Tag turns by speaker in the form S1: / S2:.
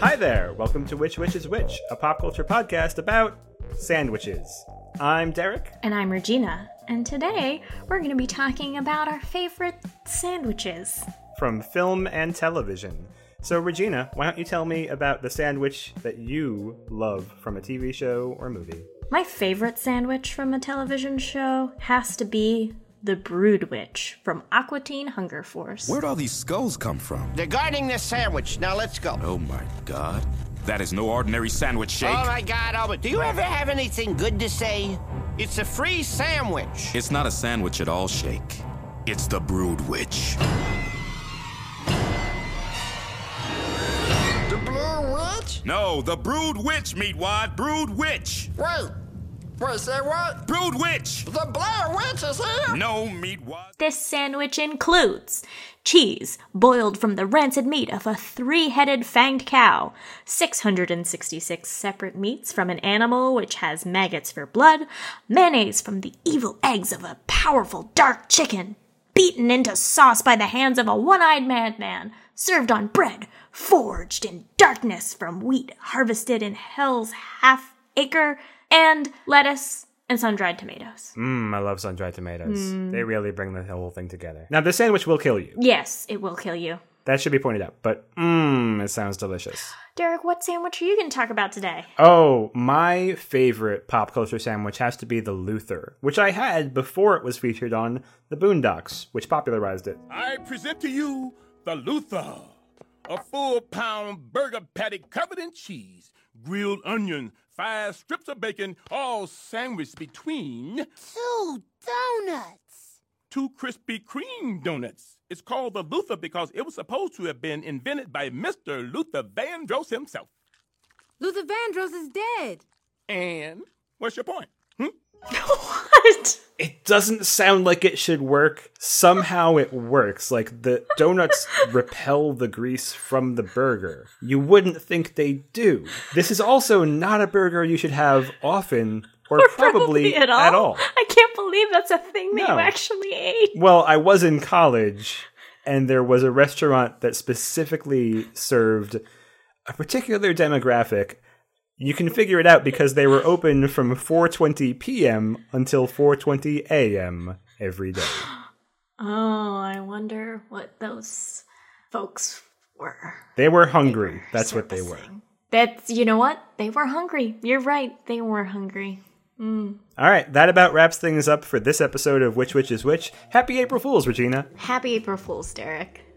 S1: Hi there. Welcome to Which Witch is Which, a pop culture podcast about sandwiches. I'm Derek.
S2: And I'm Regina, and today we're going to be talking about our favorite sandwiches.
S1: from film and television. So, Regina, why don't you tell me about the sandwich that you love from a TV show or movie?
S2: My favorite sandwich from a television show has to be the Brood Witch from Aquatine Hunger Force.
S3: Where'd all these skulls come from?
S4: They're guarding this sandwich. Now let's go.
S3: Oh my god. That is no ordinary sandwich shake.
S4: Oh my God, Albert. Do you ever have anything good to say? It's a free sandwich.
S3: It's not a sandwich at all, Shake. It's the Brood Witch.
S4: The blue witch?
S3: No, the Brood Witch, Meatwad. Brood Witch.
S4: Wait. Wait, say what?
S3: Brood Witch.
S4: The Blair Witch is here?
S3: No, Meatwad.
S2: This sandwich includes cheese boiled from the rancid meat of a three headed fanged cow, 666 separate meats from an animal which has maggots for blood, mayonnaise from the evil eggs of a powerful dark chicken, beaten into sauce by the hands of a one eyed madman, served on bread, forged in darkness from wheat harvested in hell's half acre, and lettuce and sun dried tomatoes.
S1: Mmm, I love sun dried tomatoes. They really bring the whole thing together. Now, this sandwich will kill you.
S2: Yes, it will kill you.
S1: That should be pointed out, but mmm, it sounds delicious.
S2: Derek, what sandwich are you going to talk about today?
S1: Oh, my favorite pop culture sandwich has to be the Luther, which I had before it was featured on The Boondocks, which popularized it.
S5: I present to you the Luther, a full pound burger patty covered in cheese, grilled onion, five strips of bacon, all sandwiched between
S6: Two donuts.
S5: two Krispy Kreme donuts. It's called the Luther because it was supposed to have been invented by Mr. Luther Vandross himself.
S6: Luther Vandross is dead.
S5: And what's your point? Hmm?
S2: What?
S1: it doesn't sound like it should work. Somehow it works. Like the donuts repel the grease from the burger. You wouldn't think they do. This is also not a burger you should have often or, probably, at all.
S2: I can't believe that's a thing that
S1: No.
S2: you actually ate.
S1: Well, I was in college and there was a restaurant that specifically served a particular demographic. You can figure it out because they were open from 4:20 p.m. until 4:20 a.m. every day.
S2: Oh, I wonder what those folks were.
S1: They were hungry. That's what they were.
S2: That's, you know what? They were hungry. You're right. They were hungry.
S1: All right, that about wraps things up for this episode of Which Which is Which. Happy April Fools, Regina.
S2: Happy April Fool's, Derek.